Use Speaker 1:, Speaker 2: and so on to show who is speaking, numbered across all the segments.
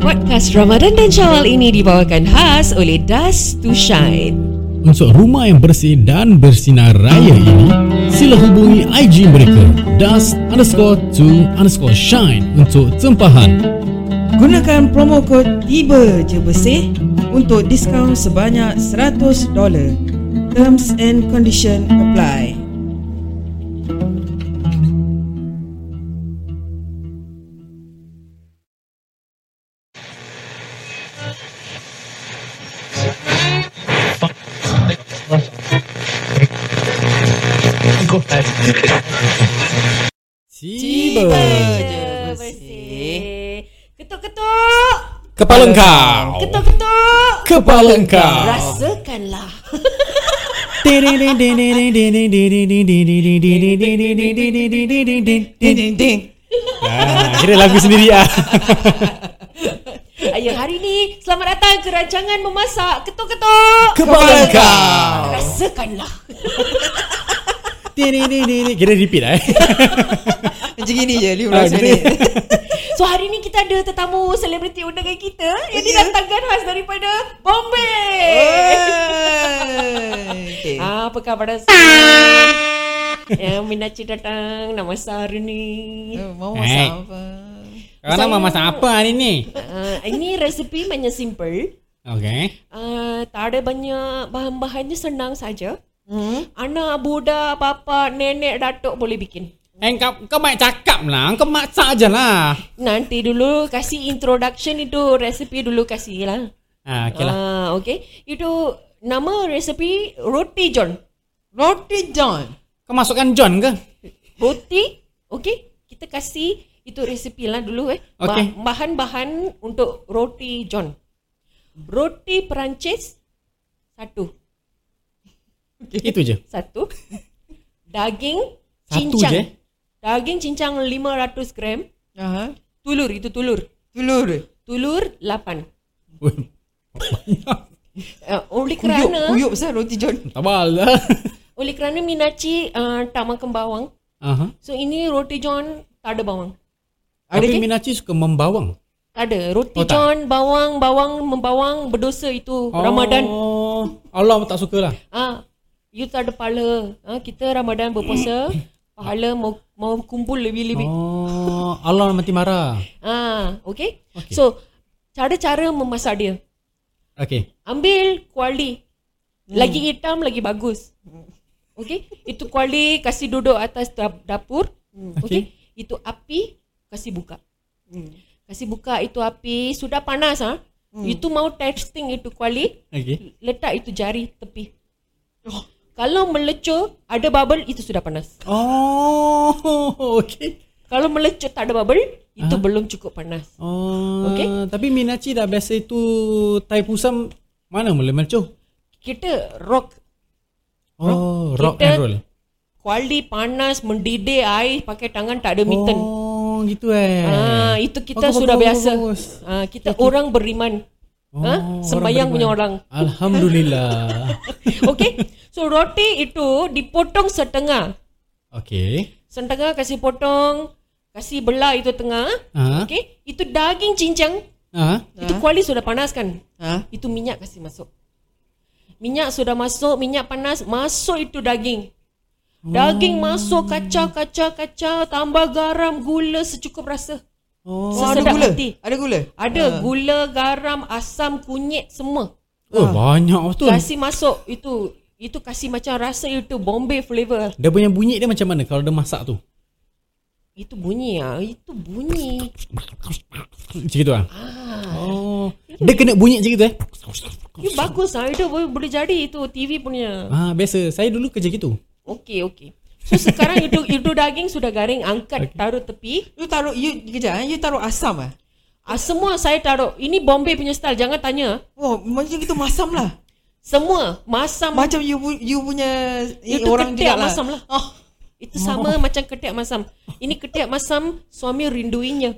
Speaker 1: Podcast Ramadan dan Syawal ini dibawakan khas oleh Dust to Shine.
Speaker 2: Untuk rumah yang bersih dan bersinar raya ini, sila hubungi IG mereka dust underscore to underscore shine untuk tempahan.
Speaker 3: Gunakan promo kod tiba je bersih untuk diskaun sebanyak $100. Terms and condition apply.
Speaker 1: Tiba je bersih. Ketuk-ketuk.
Speaker 2: Kepala engkau.
Speaker 1: Ketuk-ketuk.
Speaker 2: Kepala engkau.
Speaker 1: Rasakanlah.
Speaker 3: Ding ding ding.
Speaker 2: Ah, Kira lagu sendiri ah.
Speaker 1: Ayah hari ni selamat datang ke rancangan memasak ketuk-ketuk.
Speaker 2: Kepala engkau.
Speaker 1: Rasakanlah.
Speaker 2: Ding, ding, ding, ding, ding. Kira repeat lah eh.
Speaker 3: Macam gini je 15
Speaker 2: Ah, gini.
Speaker 3: minit.
Speaker 1: So hari ni kita ada tetamu selebriti undangan kita yang
Speaker 3: Ya.
Speaker 1: didatangkan khas daripada Bombay.
Speaker 3: Okay.
Speaker 1: Ah, apa khabar Azlan? Yang Minaci datang nak masak hari ni
Speaker 3: Eh, Mau
Speaker 2: Eh.
Speaker 3: masak apa?
Speaker 2: Kau nak masak apa hari ni?
Speaker 1: uh, Ini resepi banyak simple
Speaker 2: Okay.
Speaker 1: uh, Tak ada banyak bahan-bahannya senang saja
Speaker 3: Hmm?
Speaker 1: Anak, budak, bapa, nenek, datuk boleh bikin
Speaker 2: Eh, kau, kau baik cakap lah. Kau masak je lah.
Speaker 1: Nanti dulu kasih introduction itu Resepi dulu kasih lah
Speaker 2: Ah, okay lah.
Speaker 1: Ah, okay. Itu nama resepi roti john.
Speaker 3: Roti John.
Speaker 2: Kau masukkan John ke?
Speaker 1: Roti, okay. Kita kasih itu resepi lah dulu eh.
Speaker 2: Okey.
Speaker 1: Ba- bahan-bahan untuk roti john. Roti Perancis satu,
Speaker 2: Itu je.
Speaker 1: satu. Daging
Speaker 2: Satu
Speaker 1: cincang.
Speaker 2: je?
Speaker 1: Daging cincang 500 gram.
Speaker 3: Aha.
Speaker 1: Tulur itu tulur.
Speaker 3: Ah, ha? Telur.
Speaker 1: Tulur 8.
Speaker 2: Ui, Banyak.
Speaker 1: Uh, oleh
Speaker 3: Kuyup,
Speaker 1: kerana
Speaker 3: kuyup besar roti John.
Speaker 2: Tabal lah.
Speaker 1: oleh kerana Minaci uh, tak makan bawang.
Speaker 2: Aha.
Speaker 1: So ini roti john tak ada bawang.
Speaker 2: Tapi Minachi suka membawang.
Speaker 1: Tak ada. Roti oh,
Speaker 2: Oh, tak?
Speaker 1: john, bawang, bawang, membawang, berdosa itu. Oh. Ramadan.
Speaker 2: Allah pun tak suka lah.
Speaker 1: Ah, you tak ada pahala. Ah, kita Ramadan berpuasa, pahala mau, mau kumpul lebih-lebih.
Speaker 2: Oh, Allah mati marah.
Speaker 1: Ah, okay?
Speaker 2: Okey.
Speaker 1: okay? So, cara-cara memasak dia.
Speaker 2: Okay.
Speaker 1: Ambil kuali. Lagi hitam, lagi bagus. Okay? Itu kuali, kasih duduk atas dap- dapur. Hmm. Okay? Itu api, kasih buka. Kasih buka itu api. Sudah panas ah. Hmm. Itu mau testing itu kuali.
Speaker 2: Okay.
Speaker 1: Letak itu jari tepi. Oh. Kalau melecur, ada bubble, itu sudah panas.
Speaker 2: Oh, okay.
Speaker 1: Kalau melecur tak ada bubble, itu belum cukup panas.
Speaker 2: Oh,
Speaker 1: Okey.
Speaker 2: Tapi Minachi dah biasa itu tai pusam mana mula melcoh?
Speaker 1: Kita rock
Speaker 2: Oh, rock
Speaker 1: Kita-
Speaker 2: and roll.
Speaker 1: kuali panas, mendidih air, pakai tangan tak ada mitten.
Speaker 2: Oh, gitu eh.
Speaker 1: Ah, itu kita
Speaker 2: Bagus,
Speaker 1: sudah
Speaker 2: bagus,
Speaker 1: biasa.
Speaker 2: bagus.
Speaker 1: Ah, kita orang beriman.
Speaker 2: Oh,
Speaker 1: ha?
Speaker 2: orang
Speaker 1: Sembayang punya orang.
Speaker 2: Alhamdulillah.
Speaker 1: Okey. So roti itu dipotong setengah.
Speaker 2: okay.
Speaker 1: Setengah kasih potong, kasih belah itu tengah.
Speaker 2: Ah,
Speaker 1: Okey. Itu daging cincang.
Speaker 2: ah,
Speaker 1: Itu kuali sudah panas kan?
Speaker 3: Ha?
Speaker 1: Itu minyak kasih masuk. Minyak sudah masuk, minyak panas, masuk itu daging.
Speaker 2: Oh.
Speaker 1: Daging masuk, kacau, kacau, kacau, tambah garam, gula secukup rasa.
Speaker 2: Oh.
Speaker 3: Oh, ada
Speaker 1: Sesedap
Speaker 3: gula.
Speaker 1: hati.
Speaker 3: Ada gula.
Speaker 1: Ada gula, garam, asam, kunyit, semua.
Speaker 2: Oh, banyak betul.
Speaker 1: Kasih masuk itu itu kasih macam rasa itu Bombay flavor.
Speaker 2: Dia punya bunyi dia macam mana kalau dia masak tu?
Speaker 1: Itu bunyi ah, itu bunyi.
Speaker 2: Macam gitu lah Oh Dia kena bunyi macam gitu eh
Speaker 1: Itu bagus ah, itu boleh, boleh jadi itu TV punya.
Speaker 2: Ah biasa Saya dulu kerja gitu
Speaker 1: Okey, okey. So sekarang itu itu daging sudah garing, angkat taruh tepi.
Speaker 3: You taruh you kejap eh, you taruh asam ah.
Speaker 1: Ah, semua saya taruh. Ini Bombay punya style. Jangan tanya.
Speaker 3: Oh, macam itu masam lah.
Speaker 1: Semua masam
Speaker 3: Macam you pu- you punya eh,
Speaker 1: Itu
Speaker 3: orang
Speaker 1: ketiak
Speaker 3: juga lah.
Speaker 1: masam lah.
Speaker 3: Oh,
Speaker 1: itu sama macam ketiak masam. Ini ketiak masam suami rinduinya.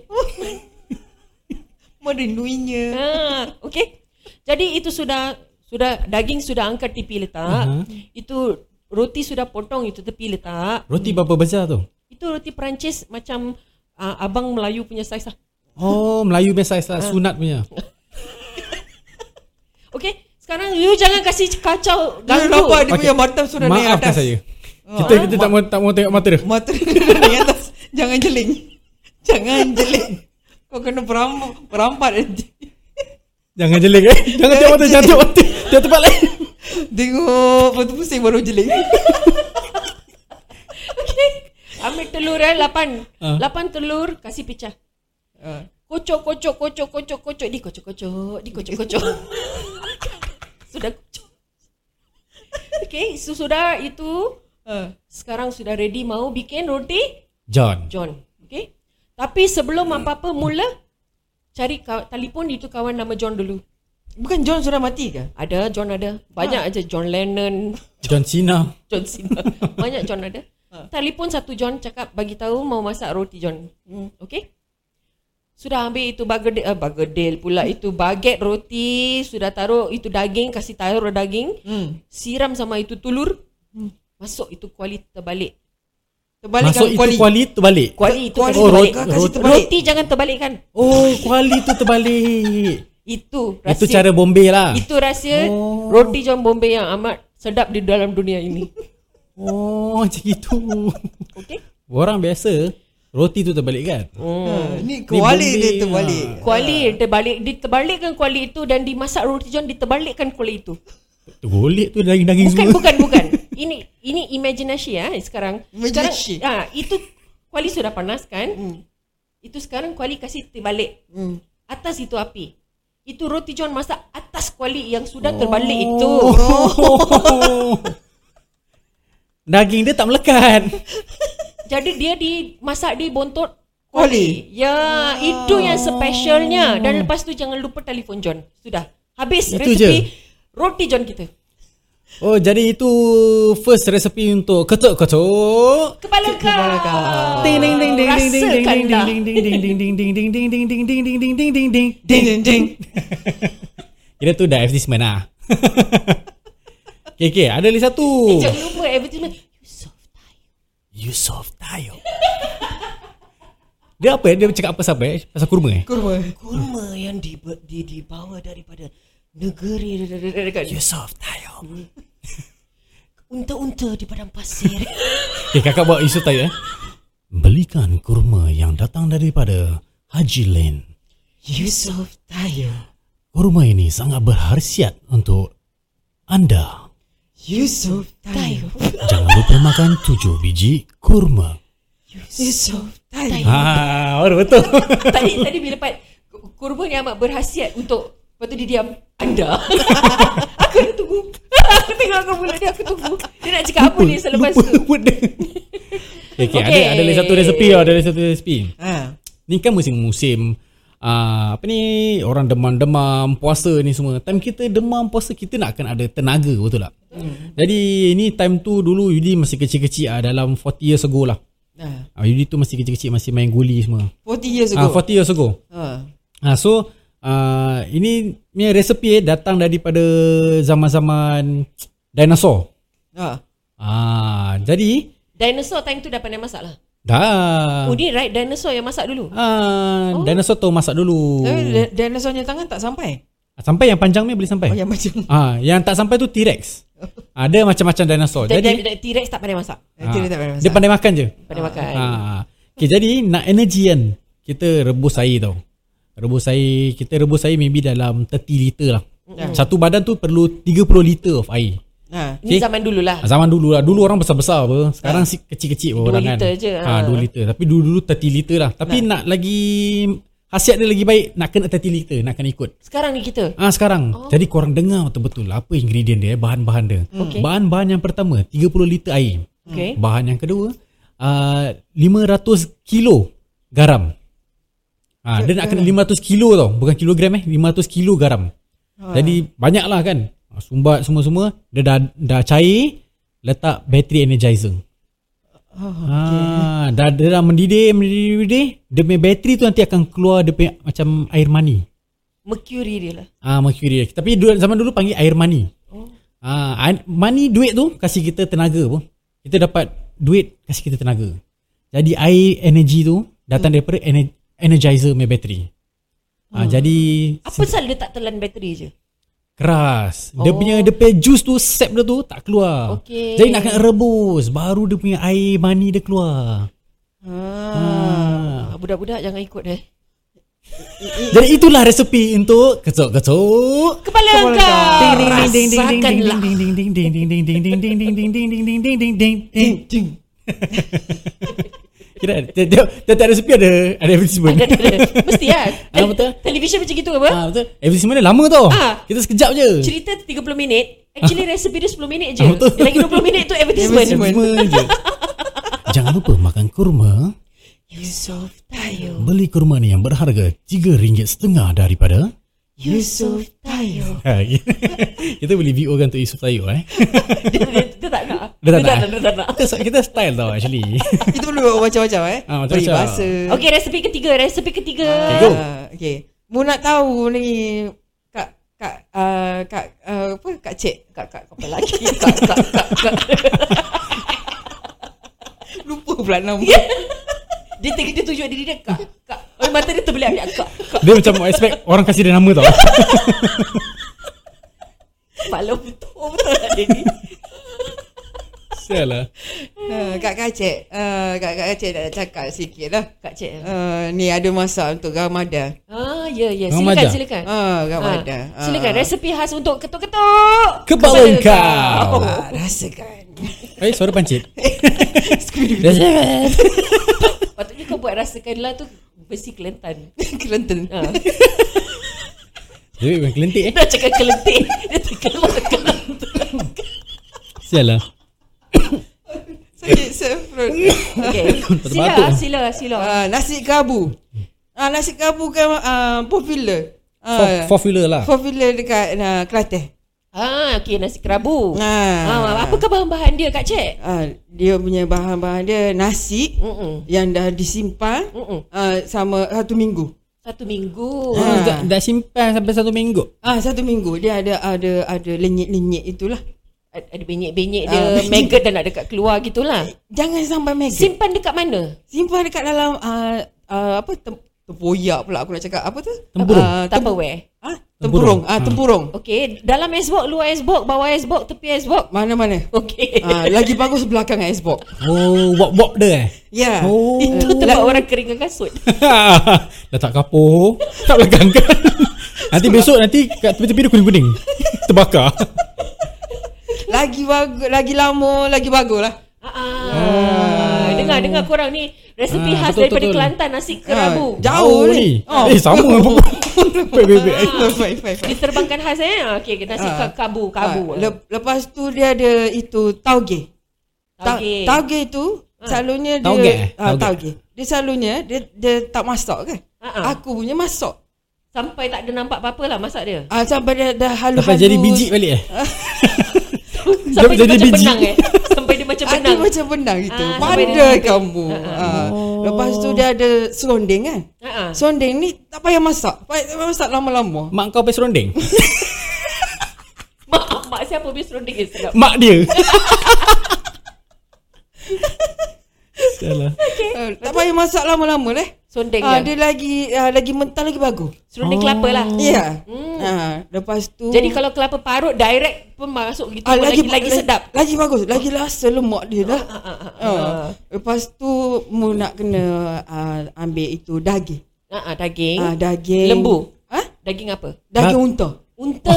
Speaker 3: merinduinya.
Speaker 1: ha, okey. Jadi itu sudah sudah daging sudah angkat tepi letak.
Speaker 2: Aha.
Speaker 1: Itu roti sudah potong itu tepi letak.
Speaker 2: Roti berapa besar tu
Speaker 1: Itu roti Perancis macam uh, abang Melayu punya saiz lah.
Speaker 2: Oh, Melayu punya size lah, sunat punya.
Speaker 1: Okay, sekarang you jangan kasih kacau Eh, ganggu.
Speaker 3: Dia Ya, nampak dia
Speaker 2: Okey.
Speaker 3: punya mata sudah naik
Speaker 2: Maafkan
Speaker 3: atas.
Speaker 2: saya. Kita kita tak mau tak mau tengok mata dia.
Speaker 3: Mata dia sudah naik atas. Jangan jeling. Jangan jeling. Kau kena beram, berampat nanti.
Speaker 2: Jangan jelek eh. Jangan tengok mata jatuh mata. Jatuh tempat lain.
Speaker 3: Tengok, lepas tu pusing baru jeling.
Speaker 1: Ambil telur eh, lapan.
Speaker 2: Ah.
Speaker 1: Lapan telur, kasih pecah.
Speaker 3: Ah.
Speaker 1: Kocok, kocok, kocok, kocok, kocok. Di kocok, kocok. Di kocok, kocok. sudah kocok. Okay, so sudah itu.
Speaker 3: Ah.
Speaker 1: Sekarang sudah ready mau bikin roti
Speaker 2: John.
Speaker 1: John. Okay. Tapi sebelum apa-apa mula, cari kaw- telefon itu kawan nama John dulu.
Speaker 3: Bukan John sudah mati ke?
Speaker 1: Ada, John ada. Banyak aja John Lennon,
Speaker 2: John Cena.
Speaker 1: John Cena. Banyak John ada.
Speaker 3: Ha.
Speaker 1: Telefon satu John cakap bagi tahu mau masak roti John.
Speaker 3: Hmm.
Speaker 1: Okay. Sudah ambil itu bagedel, uh, bagedel pula itu baget roti, sudah taruh itu daging, kasih taruh daging,
Speaker 3: Hmm.
Speaker 1: siram sama itu telur. Masuk itu kuali terbalik.
Speaker 2: Masuk
Speaker 3: Terbalikkan
Speaker 2: itu
Speaker 3: kuali.
Speaker 2: kuali, kuali terbalik.
Speaker 1: Kuali itu
Speaker 3: Kuali
Speaker 1: kasih
Speaker 2: oh,
Speaker 1: terbalik.
Speaker 2: roti,
Speaker 3: Kasih
Speaker 2: roti,
Speaker 3: terbalik.
Speaker 1: Roti jangan terbalikkan.
Speaker 2: Oh, kuali tu terbalik.
Speaker 1: Itu rahsia.
Speaker 2: Itu cara Bombay lah.
Speaker 1: itu rahsia
Speaker 2: Oh.
Speaker 1: oh. roti John Bombay yang amat sedap di dalam dunia ini.
Speaker 2: Oh, macam itu.
Speaker 1: Okey.
Speaker 2: Orang biasa roti tu terbalik kan?
Speaker 3: Ah, Ni kuali
Speaker 2: Bombay
Speaker 3: dia
Speaker 2: lah.
Speaker 3: terbalik.
Speaker 1: Kuali terbalik diterbalikkan kuali itu dan dimasak roti John diterbalikkan kuali itu.
Speaker 2: Golek tu daging-daging
Speaker 1: Bukan
Speaker 2: semua.
Speaker 1: bukan bukan. Ini ini imaginasi ya sekarang.
Speaker 3: Imaginasi.
Speaker 1: Sekarang, ah itu kuali sudah panas kan? Itu sekarang kuali kasih terbalik. Atas itu api. Itu roti John masak atas kuali yang sudah terbalik itu.
Speaker 2: Oh. Daging dia tak melekat.
Speaker 1: Jadi dia dimasak di bontot
Speaker 3: Kuali.
Speaker 1: kuali. Ya, itu yang specialnya. Dan lepas tu jangan lupa telefon John. Sudah. Habis
Speaker 2: Itu
Speaker 1: resepi
Speaker 2: je.
Speaker 1: roti John kita.
Speaker 2: Oh, jadi itu first resipi untuk ketuk-ketuk.
Speaker 1: Kepala kau. Kepala kau.
Speaker 2: Ding ding ding ding ding ding ding
Speaker 1: Rasakan dah.
Speaker 2: ding ding ding ding ding ding ding ding ding ding ding ding ding ding ding ding.
Speaker 3: Ding ding ding.
Speaker 2: Kira tu dah advertisement lah. Okay, okay. Ada lagi satu.
Speaker 1: Eh, Jangan lupa advertisement. Yusof.
Speaker 2: Yusof Tayo. Dia apa eh? Dia cakap apa siapa eh? Pasal kurma eh?
Speaker 3: Kurma.
Speaker 1: Kurma yang di, di, dibawa daripada negeri dekat
Speaker 2: Yusof Tayo.
Speaker 1: unta-unta di padang pasir.
Speaker 2: Okay, kakak buat Yusof Tayo eh. Belikan kurma yang datang daripada Haji Lane.
Speaker 1: Yusof
Speaker 3: Tayo.
Speaker 2: Kurma ini sangat berkhasiat untuk anda.
Speaker 3: Yusuf Tayo.
Speaker 2: Jangan lupa makan tujuh biji kurma.
Speaker 3: Yusuf Tayo.
Speaker 2: Ha, baru betul.
Speaker 1: tadi tadi bila part kurma yang amat berhasiat untuk lepas tu dia diam anda aku nak tunggu aku tengok aku mulut dia aku tunggu dia nak cakap apa ni selepas
Speaker 2: lupa,
Speaker 1: tu
Speaker 2: Lupa dia. Okay, okay. Ada,
Speaker 1: Okay.
Speaker 2: ada lagi satu resepi tau, ada lagi satu resepi.
Speaker 3: Ha.
Speaker 2: Ni kan musim-musim uh, apa ni orang demam-demam puasa ni semua. Time kita demam puasa kita nak akan ada tenaga betul tak? Hmm. Jadi ni time tu dulu Yudi masih kecil-kecil ah dalam 40 years ago lah.
Speaker 3: Ha.
Speaker 2: Ah Yudi tu masih kecil-kecil masih main guli semua.
Speaker 3: 40 years
Speaker 2: Ah
Speaker 3: ago.
Speaker 2: 40 years ago.
Speaker 3: Ha.
Speaker 2: Ha, so uh, ini punya resepi eh, datang daripada zaman-zaman dinosaur.
Speaker 3: Ha.
Speaker 2: Ah, jadi
Speaker 1: dinosaur time tu dah pandai masak lah
Speaker 2: dah.
Speaker 1: oh ni right dinosaur yang masak dulu
Speaker 2: Ah, oh. Eh, dinosaur tu masak dulu. Ah,
Speaker 3: Tapi di- dinosaur punya tangan tak sampai.
Speaker 2: Sampai yang panjang ni boleh sampai.
Speaker 3: Oh yang macam
Speaker 2: Ah, yang tak sampai tu T-Rex. Ada macam-macam dinosaur.
Speaker 1: Dan-
Speaker 2: Jadi Ah,
Speaker 1: dan- dan T-Rex tak pandai masak
Speaker 3: nanti dia tak pandai
Speaker 2: dia
Speaker 3: masak.
Speaker 2: pandai makan je.
Speaker 1: pandai makan
Speaker 2: Ah. Okay, jadi nak energy kan. Kita rebus air tau. Rebus air, kita rebus air maybe dalam 30 liter lah.
Speaker 1: Ya.
Speaker 2: Satu badan tu perlu 30 liter of air.
Speaker 3: Ha.
Speaker 1: ni
Speaker 2: okay.
Speaker 1: zaman dululah
Speaker 2: Ah, Zaman dulu lah. Dulu orang besar-besar apa. Sekarang si kecil-kecil apa
Speaker 1: Dua
Speaker 2: orang kan.
Speaker 1: liter je,
Speaker 2: Ha,
Speaker 1: ah.
Speaker 2: 2 liter. Tapi dulu-dulu 30 liter lah. Tapi nak, lagi... Khasiat dia lagi baik nak kena 30 liter. Nak kena ikut.
Speaker 1: sekarang ni kita
Speaker 2: Ah sekarang. Oh. Jadi korang dengar betul-betul lah apa ingredient dia, eh, bahan-bahan dia.
Speaker 1: Hmm. Okey.
Speaker 2: Bahan-bahan yang pertama 30 liter air.
Speaker 1: Okey.
Speaker 2: Bahan yang kedua uh, 500 kilo garam. Ah dia nak kena 500 kilo tau, bukan kilogram eh, 500 kilo garam.
Speaker 1: Ah.
Speaker 2: Jadi banyak lah kan. Ah, Sumbat semua-semua dia dah dah cair letak bateri energizer.
Speaker 3: Oh.
Speaker 2: Ah, dah, dia dah mendidih, mendidih, mendidih. Dia punya bateri tu nanti akan keluar dia punya macam air mani.
Speaker 1: mercury dia lah
Speaker 2: Ah mercury. Tapi dulu, zaman dulu panggil air money. Oh. Ah air- money duit tu kasih kita tenaga pun. Kita dapat duit kasih kita tenaga. Jadi air energy tu datang daripada ener- energizer punya bateri. Ha, jadi
Speaker 1: Apa pasal dia tak telan bateri je?
Speaker 2: keras. Dia punya dia punya jus tu sap dia tu tak keluar.
Speaker 1: Okey.
Speaker 2: Jadi nak kena rebus baru dia punya air mani dia keluar. Ah.
Speaker 1: Ha. Budak-budak jangan ikut eh.
Speaker 2: Jadi itulah resepi untuk kecok-kecok.
Speaker 1: Kepala engkau. Rasakanlah.
Speaker 2: Kira tiap tiap resepi ada ada advertisement.
Speaker 1: Ada, ada. Mesti lah.
Speaker 2: Ah, betul.
Speaker 1: Televisyen macam gitu apa? Ah.
Speaker 2: Ah betul. Advertisement dia lama tau. Kita sekejap je.
Speaker 1: Cerita 30 minit. Actually resipi dia 10 minit je.
Speaker 2: Ah, betul.
Speaker 1: Lagi 20 minit tu advertisement.
Speaker 2: Advertisement je. Jangan lupa makan kurma.
Speaker 1: Yusof Tayo.
Speaker 2: Beli kurma ni yang berharga RM3.5 daripada
Speaker 1: Yusof Tayo.
Speaker 2: Ha, kita boleh VO kan untuk Yusuf Tayo eh.
Speaker 1: dia, dia, dia tak nak.
Speaker 2: Dia tak nak.
Speaker 1: Dia, dia tak nak.
Speaker 2: Kita, kita style tau actually.
Speaker 3: Itu dulu macam-macam eh.
Speaker 2: Ah, macam-macam.
Speaker 3: Peribahasa.
Speaker 1: Okay, resipi ketiga. Resipi ketiga.
Speaker 2: Okay, go.
Speaker 3: Ah, okay. Mu nak tahu ni kak kak uh, kak uh, apa kak cik kak kak kau lelaki kak kak kak, kak. Lupa pula nama.
Speaker 1: Dia tengok dia tunjuk diri dia kak. Kak. Oh, mata dia terbelah dia kak. Kak.
Speaker 2: Dia macam expect orang kasih dia nama tau.
Speaker 1: Malam betul betul tak dia ni.
Speaker 2: Sial lah.
Speaker 3: Ah, kak kak cik uh, kak kak cik nak cakap sikit lah.
Speaker 1: Kak Cik.
Speaker 3: Uh, ni ada masak untuk Ramadan.
Speaker 1: Ah, ya, ya.
Speaker 2: Orang
Speaker 1: Silakan,
Speaker 2: Madah.
Speaker 1: silakan.
Speaker 3: Ah,
Speaker 1: Ah,
Speaker 3: Ramadan. Ah.
Speaker 1: silakan. Resepi khas untuk ketuk-ketuk.
Speaker 2: Kepala
Speaker 1: Oh.
Speaker 2: engkau.
Speaker 3: Ah, rasakan.
Speaker 2: Eh, suara pancit. Dah-
Speaker 1: Patutnya kau buat rasakanlah tu besi kelentan.
Speaker 3: Kelantan.
Speaker 1: Ah.
Speaker 2: Dia memang kelentik eh.
Speaker 1: Dia cakap kelentik. Dia terkeluar kelentan.
Speaker 2: Sial lah.
Speaker 3: Sakit sefrut.
Speaker 1: Okay. Sila,
Speaker 2: Terbatuk.
Speaker 1: sila, sila.
Speaker 3: Ah, nasi kabu. Ah, nasi kabu kan ah, popular. Ah,
Speaker 2: Formula lah.
Speaker 3: popular dekat uh, Kelantan.
Speaker 1: Ah, okay. Nasi kerabu.
Speaker 3: Ah.
Speaker 1: Ah, apakah bahan-bahan dia, Kak Cik?
Speaker 3: Ah, dia punya bahan-bahan dia nasi
Speaker 1: Mm-mm.
Speaker 3: yang dah disimpan
Speaker 1: Mm-mm.
Speaker 3: ah, sama satu minggu.
Speaker 1: Satu minggu.
Speaker 2: Oh, dah, dah simpan sampai satu minggu.
Speaker 3: Ah, satu minggu dia ada ada ada lenyit-lenyit itulah.
Speaker 1: Ad- Ada benyek-benyek dia.
Speaker 3: Ah,
Speaker 1: Uh,
Speaker 3: benyek.
Speaker 1: maggot dah nak dekat keluar gitulah.
Speaker 3: Jangan sampai maggot.
Speaker 1: Simpan dekat mana?
Speaker 3: Simpan dekat dalam ah, ah, apa tem, tempoyak pula aku nak cakap apa tu?
Speaker 2: Tempurung.
Speaker 3: Ah, tem,
Speaker 1: Tupperware.
Speaker 3: ah, tempurung. Ah, tempurung.
Speaker 1: Okay. Dalam S-box, luar S-box, bawah S-box, tepi S-box.
Speaker 3: Ah, Mana-mana.
Speaker 1: Okay.
Speaker 3: Ah, lagi bagus belakang Xbox.
Speaker 2: Oh, wop-wop dia eh.
Speaker 3: Ya. Yeah.
Speaker 2: Oh.
Speaker 1: Itu tempat orang keringan kasut.
Speaker 2: Letak kapur. Tak belakang kan. Nanti besok nanti kat tepi-tepi dia kuning-kuning. Terbakar.
Speaker 3: Lagi bagus, lagi lama, lagi bagus lah.
Speaker 1: Ah, ah. Dengar dengar korang ni resepi
Speaker 2: Ah,
Speaker 1: khas
Speaker 2: betul,
Speaker 1: daripada
Speaker 2: betul.
Speaker 1: Kelantan nasi kerabu.
Speaker 3: Ah, Jauh
Speaker 2: Oh,
Speaker 3: ni.
Speaker 2: Oh. Eh, sama. Baik, baik, baik.
Speaker 1: Ah.
Speaker 3: Fine, fine, fine.
Speaker 1: Diterbangkan khas eh. Ah, Okey, okay, nasi ka-
Speaker 3: Ah.
Speaker 1: kabu,
Speaker 3: Ah,
Speaker 1: kabu.
Speaker 3: le- lepas tu dia ada itu tauge. Ta-
Speaker 1: Tauge. Ah.
Speaker 3: Tauge tu selalunya dia
Speaker 2: Tauge, eh?
Speaker 3: ah,
Speaker 2: Tauge.
Speaker 3: tauge. Dia selalunya dia dia tak masak kan?
Speaker 1: Ah, ah.
Speaker 3: Aku punya masak.
Speaker 1: Sampai tak ada nampak apa-apa lah masak dia.
Speaker 3: Ah sampai dia dah halus.
Speaker 2: Sampai jadi biji balik eh.
Speaker 1: Sampai dia
Speaker 2: jadi
Speaker 1: macam
Speaker 2: biji.
Speaker 1: benang eh. Sampai dia macam
Speaker 3: Ada
Speaker 1: benang.
Speaker 3: Ah, macam benang gitu.
Speaker 1: Ah, sampai dia
Speaker 3: Pandai
Speaker 1: jadi-
Speaker 3: kamu.
Speaker 2: Oh.
Speaker 3: Ah. Lepas tu dia ada serondeng kan?
Speaker 1: Ha ah.
Speaker 3: Serondeng ni tak payah masak. Payah masak lama-lama.
Speaker 2: Mak kau pasal rondeng?
Speaker 1: Mak mak siapa bis ronding eh sedap.
Speaker 2: Mak dia. Salah.
Speaker 3: Ah, tak payah masak lama-lama leh.
Speaker 1: Sondeng
Speaker 3: Ah,
Speaker 1: Eh, dia.
Speaker 3: dia lagi ah, lagi mentah lagi bagus.
Speaker 1: Serunding kelapa lah.
Speaker 3: Ya. Ah, lepas tu
Speaker 1: Jadi kalau kelapa parut direct pun masuk gitu
Speaker 3: Ah,
Speaker 1: pun lagi, lagi,
Speaker 3: ba-
Speaker 1: sedap.
Speaker 3: Lagi bagus. Lagi rasa lemak dia dah. Ah. Lepas tu mu nak kena ah, ambil itu daging.
Speaker 1: Ha ah, daging.
Speaker 3: Ah, daging.
Speaker 1: Lembu.
Speaker 3: Ah,
Speaker 1: Daging apa?
Speaker 2: Ba-
Speaker 3: daging unta.
Speaker 1: Unta.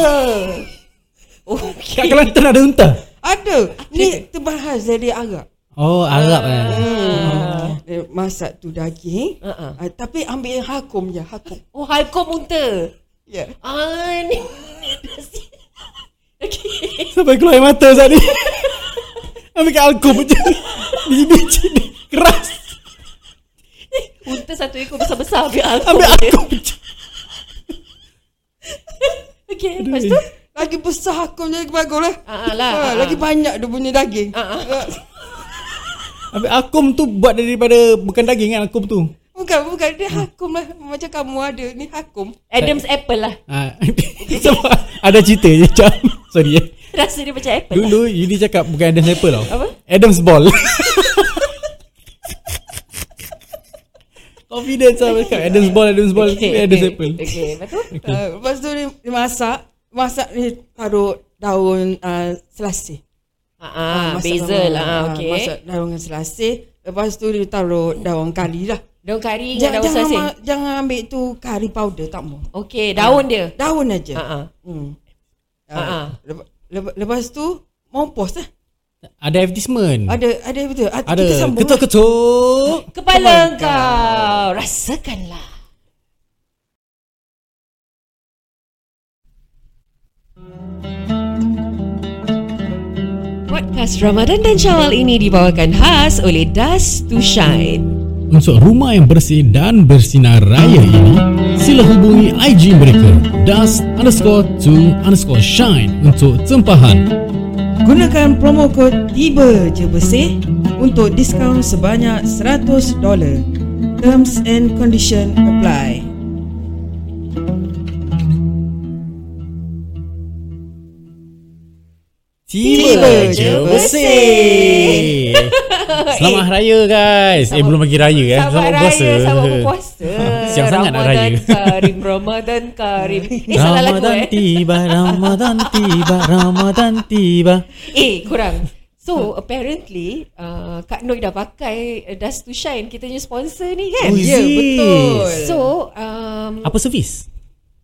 Speaker 2: Kat
Speaker 1: Okey.
Speaker 2: Kelantan ada unta?
Speaker 3: Ada. Ni terbahas dari Arab.
Speaker 2: Oh, Arab eh.
Speaker 3: Hmm. Dia masak tu daging.
Speaker 1: Ah, ah.
Speaker 3: Ah, tapi ambil yang hakum je, hakum.
Speaker 1: Oh, halkom unta.
Speaker 3: Ya.
Speaker 1: Ah, ni. Okey.
Speaker 2: Sampai keluar air mata saat ni Ambil kat alkum je Biji-biji ni Keras
Speaker 1: Unta satu ekor besar-besar ambil alkom.
Speaker 2: Ambil
Speaker 1: dia.
Speaker 2: alkum je
Speaker 1: Okey, lepas tu?
Speaker 3: Lagi besar hakum je lagi bagus lah.
Speaker 1: Ah, ah, lah. Ah,
Speaker 3: Ah, lagi
Speaker 1: ah.
Speaker 3: banyak dia punya daging.
Speaker 1: Ah, ah.
Speaker 3: Ah,
Speaker 2: Ambil alkum tu buat daripada Bukan daging kan alkum tu
Speaker 3: Bukan, bukan. Dia hakum lah. Macam kamu ada. Ni hakum.
Speaker 1: Adam's apple lah.
Speaker 2: ha. Sebab ada cerita je Cam Sorry eh
Speaker 1: Rasa dia macam apple. Lah.
Speaker 2: Dulu Yuli cakap bukan Adam's apple tau
Speaker 1: Apa?
Speaker 2: Adam's ball Confidence lah cakap Adam's ball Adam's ball okay, Adam's apple
Speaker 1: Okay, lepas tu?
Speaker 3: Uh, lepas tu dia, dia masak, masak ni taruh daun uh, selasih.
Speaker 1: Ah, ah,
Speaker 3: masak
Speaker 1: basil
Speaker 3: daun,
Speaker 1: lah, ah,
Speaker 3: ah, Masak
Speaker 1: okay.
Speaker 3: daun dengan selasih. Lepas tu dia taruh daun kari lah.
Speaker 1: Daun kari
Speaker 3: Ja-
Speaker 1: dengan daun
Speaker 3: jangan,
Speaker 1: sasih.
Speaker 3: ma- jangan ambil tu kari powder tak mau.
Speaker 1: Okay, daun dia.
Speaker 3: Daun aja.
Speaker 1: Ah, ah.
Speaker 3: Hmm.
Speaker 1: Ah, ah.
Speaker 3: Lepas, lepas, lepas tu mampus lah.
Speaker 2: Ada advertisement
Speaker 3: Ada ada betul. Ah,
Speaker 2: Ada
Speaker 3: Kita sambung lah.
Speaker 2: Ketuk-ketuk
Speaker 1: Kepala kau, rasakanlah. Podcast Ramadan dan Syawal ini dibawakan khas oleh Dust to Shine.
Speaker 2: Untuk rumah yang bersih dan bersinar raya ini, sila hubungi IG mereka dust underscore to underscore shine untuk tempahan.
Speaker 3: Gunakan promo kod tiba je bersih untuk diskaun sebanyak $100. Terms and condition apply. Tiba je
Speaker 1: bersih.
Speaker 2: Selamat Hari Raya guys. eh
Speaker 1: Selamat-
Speaker 2: belum lagi raya eh.
Speaker 1: Selamat Raya, selamat berpuasa.
Speaker 2: Siang sangat nak
Speaker 1: Ramadan
Speaker 2: raya.
Speaker 1: Karim, Ramadan Karim. Eh, salah lagu
Speaker 2: Ramadan
Speaker 1: eh.
Speaker 2: tiba, Ramadan tiba, Ramadan tiba.
Speaker 1: Eh, kurang. So, apparently, uh, Kak Noi dah pakai uh, Dust to Shine. Kita punya sponsor ni kan?
Speaker 2: Oh, is
Speaker 3: Ya,
Speaker 2: it?
Speaker 3: betul.
Speaker 1: So, um,
Speaker 2: Apa servis?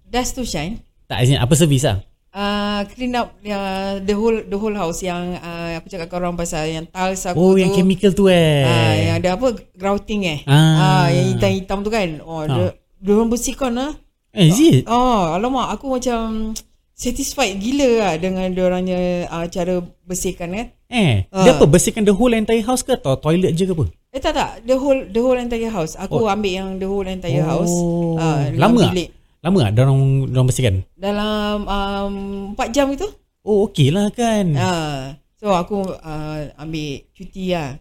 Speaker 3: Dust to shine.
Speaker 2: Tak izin apa servis ah?
Speaker 3: Uh, clean up uh, the whole the whole house yang uh, aku cakap kau orang pasal yang tiles aku
Speaker 2: Oh
Speaker 3: tu.
Speaker 2: yang chemical tu eh.
Speaker 3: Ah, yang ada apa grouting eh.
Speaker 2: Ah.
Speaker 3: Ah, yang hitam-hitam tu kan. Oh, dia dia orang bersihkan ah.
Speaker 2: eh, is it?
Speaker 3: Oh, alamak aku macam satisfied gila lah dengan dia orangnya uh, cara bersihkan kan.
Speaker 2: Eh,
Speaker 3: Ah.
Speaker 2: dia apa bersihkan the whole entire house ke atau toilet je ke apa?
Speaker 3: Eh tak tak, the whole the whole entire house. Aku oh. ambil yang the whole entire house. ah, dengan
Speaker 2: lama ah?
Speaker 3: bilik.
Speaker 2: Lama ah dorang dorang bersihkan.
Speaker 3: Dalam um, 4 jam gitu.
Speaker 2: Oh okey lah kan.
Speaker 3: Ah, so aku uh, ambil cuti lah.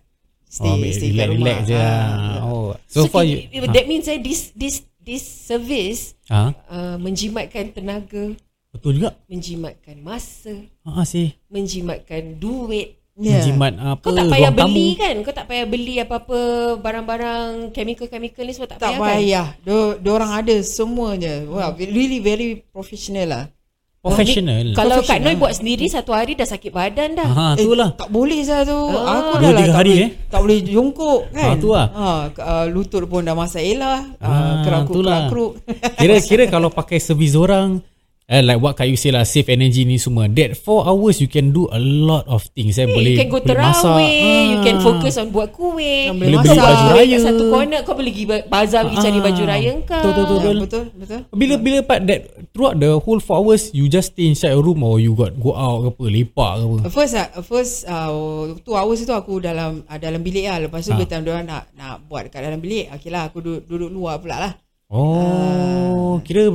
Speaker 3: Stay,
Speaker 2: oh, ambil
Speaker 3: stay
Speaker 2: relax,
Speaker 3: kat rumah.
Speaker 2: relax je.
Speaker 3: Ah.
Speaker 2: Ah. Oh. So, far you,
Speaker 1: ki- that means eh, this this this service
Speaker 2: ha?
Speaker 1: uh, menjimatkan tenaga,
Speaker 2: betul juga.
Speaker 1: menjimatkan masa,
Speaker 2: Ha ah, sih.
Speaker 1: menjimatkan duit.
Speaker 2: Oh,
Speaker 3: Yeah.
Speaker 2: Jimat apa
Speaker 1: Kau tak payah
Speaker 2: Oh, ruang tamu.
Speaker 1: beli kan? Kau tak payah beli apa-apa barang-barang chemical-chemical ni semua tak, payah
Speaker 3: Tak
Speaker 1: kan?
Speaker 3: payah. Dia dia orang ada semuanya. Wow, really very professional lah.
Speaker 2: Professional.
Speaker 1: Kalau Kak
Speaker 3: Professional.
Speaker 1: Noi buat sendiri satu hari dah sakit badan dah.
Speaker 2: Ha tu lah.
Speaker 3: Eh, tak boleh saya tu.
Speaker 1: Ah.
Speaker 2: Dua,
Speaker 3: Aku dah lah
Speaker 2: tiga
Speaker 3: tak
Speaker 2: hari,
Speaker 3: boleh,
Speaker 2: eh.
Speaker 3: tak boleh jongkok kan.
Speaker 2: Ah, tu lah.
Speaker 3: Ha, k- ah, lutut pun dah masalah lah. Ah,
Speaker 2: Ah,
Speaker 3: kerakuk
Speaker 2: tu lah.
Speaker 3: kerakuk.
Speaker 2: Kira-kira kalau pakai servis orang Eh, like what Kayu say lah Save energy ni semua That 4 hours You can do a lot of things eh,
Speaker 1: Hey,
Speaker 2: Boleh
Speaker 1: you can go
Speaker 2: boleh masak.
Speaker 1: terawih, you can
Speaker 2: Ah.
Speaker 1: focus on buat kuih. Kau
Speaker 3: Boleh beli
Speaker 1: buat
Speaker 3: baju
Speaker 1: kuih kat
Speaker 2: raya.
Speaker 1: Satu corner kau boleh pergi ba- bazar pergi cari
Speaker 2: Ah.
Speaker 1: baju raya kau.
Speaker 2: Betul, betul,
Speaker 3: Ah, betul betul.
Speaker 2: Bila bila part that throughout the whole 4 hours you just stay inside your room or you got go out ke apa lepak ke apa.
Speaker 3: First ah, first uh, two hours tu aku dalam ah, dalam bilik lah. Lepas tu
Speaker 2: Ah.
Speaker 3: ha. time dia orang nak nak buat kat dalam bilik. Okey lah aku duduk, duduk luar pula lah.
Speaker 2: Oh, kira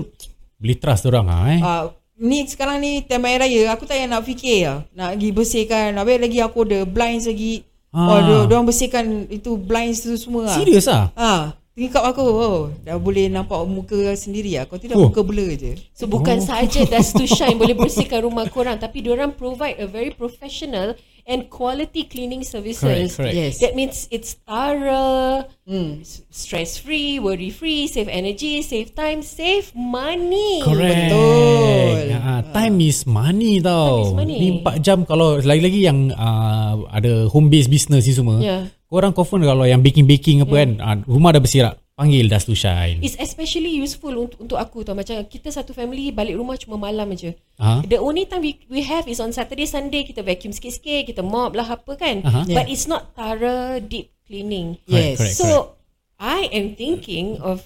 Speaker 2: boleh trust orang ah eh.
Speaker 3: Ah, ni sekarang ni time air raya aku tak payah nak fikir lah. Nak pergi bersihkan. Habis lagi aku ada blinds lagi.
Speaker 2: Ah.
Speaker 3: Oh, dia, dia orang bersihkan itu blinds tu semua lah.
Speaker 2: Serius ah?
Speaker 3: Ha, tingkap aku. Oh, dah boleh nampak muka sendiri lah. Kau tidak
Speaker 2: Oh.
Speaker 3: oh. muka blur je.
Speaker 1: So bukan saja Dust to Shine boleh bersihkan rumah korang tapi diorang provide a very professional and quality cleaning services.
Speaker 2: Correct, correct.
Speaker 3: Yes.
Speaker 1: That means it's thorough,
Speaker 3: Hmm.
Speaker 1: stress free, worry free, save energy, save time, save money.
Speaker 2: Correct.
Speaker 3: Betul.
Speaker 2: Ah, time is money
Speaker 1: Time
Speaker 2: tau.
Speaker 1: is money.
Speaker 2: Ni 4 jam kalau lagi-lagi yang ah, ada home based business ni semua.
Speaker 1: Yeah.
Speaker 2: Korang confirm kalau yang baking-baking apa kan, ah, rumah dah bersirat, panggil Dust to Shine.
Speaker 1: It's especially useful untuk, untuk aku tau macam kita satu family balik rumah cuma malam aja.
Speaker 2: Ah.
Speaker 1: The only time we we have is on Saturday Sunday kita vacuum sikit-sikit, kita mop lah apa kan.
Speaker 2: Aha.
Speaker 1: But it's not thorough deep cleaning.
Speaker 2: Correct,
Speaker 3: Yes.
Speaker 2: correct,
Speaker 1: so
Speaker 2: correct.
Speaker 1: I am thinking of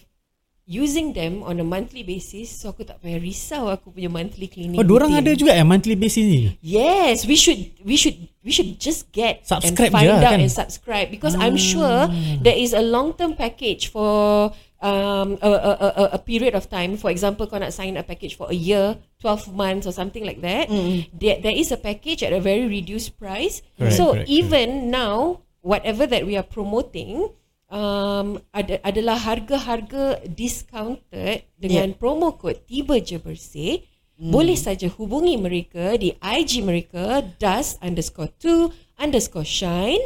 Speaker 1: using them on a monthly basis so aku tak payah risau aku punya monthly cleaning.
Speaker 2: Oh, diorang ada
Speaker 1: routine.
Speaker 2: juga eh monthly basis ni.
Speaker 1: Yes, we should we should we should just get
Speaker 2: Subscribe
Speaker 1: and find
Speaker 2: je lah,
Speaker 1: out
Speaker 2: kan? Hmm.
Speaker 1: and subscribe because I'm sure there is a long term package for um a, a, a, a- a period of time. For example, kau nak sign a package for a year, 12 months or something like that. There, there is a package at a very reduced price.
Speaker 2: Hmm. Correct,
Speaker 1: so
Speaker 2: correct,
Speaker 1: even now, whatever that we are promoting um ada, adalah harga-harga discounted dengan promo code tiba je bersih
Speaker 2: Hmm.
Speaker 1: boleh saja hubungi mereka di IG mereka dust underscore two underscore shine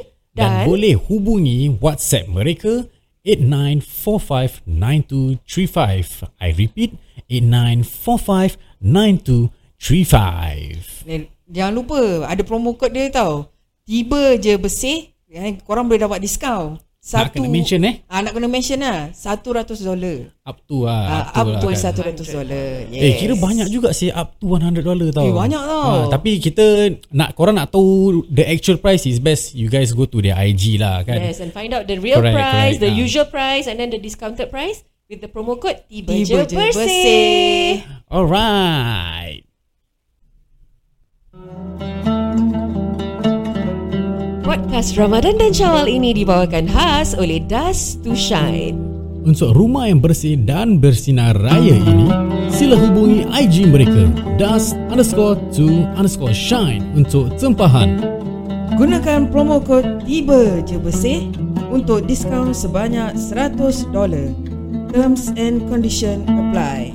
Speaker 1: dan,
Speaker 2: dan, boleh hubungi WhatsApp mereka 89459235. I repeat 89459235.
Speaker 3: Eh, Jangan lupa ada promo code dia tau. Tiba je bersih, eh, korang boleh dapat diskaun.
Speaker 2: Nak kena mention, eh?
Speaker 3: Ah, nak kena mention lah. $100. dollar.
Speaker 2: Up to lah.
Speaker 3: Ah, up to
Speaker 2: lah kan.
Speaker 3: $100. dollar.
Speaker 2: Eh
Speaker 3: Yes.
Speaker 2: kira banyak juga sih up to 100 dollar tau. Ah,
Speaker 3: Eh, banyak tau.
Speaker 2: tapi kita nak korang nak tahu the actual price is best you guys go to their IG lah kan.
Speaker 1: Yes, and find out the real
Speaker 2: Correct,
Speaker 1: price,
Speaker 2: correct,
Speaker 1: the
Speaker 2: ah.
Speaker 1: usual price, and then the discounted price with the promo code Tiba,
Speaker 3: Tiba
Speaker 1: je
Speaker 3: je
Speaker 1: bersih.
Speaker 3: bersih.
Speaker 2: Alright.
Speaker 1: Podcast Ramadan dan Syawal ini dibawakan khas oleh Dust to Shine.
Speaker 2: Untuk rumah yang bersih dan bersinar raya ini, sila hubungi IG mereka dust underscore to underscore shine untuk tempahan.
Speaker 3: Gunakan promo kod tiba je bersih untuk diskaun sebanyak $100. Terms and condition apply.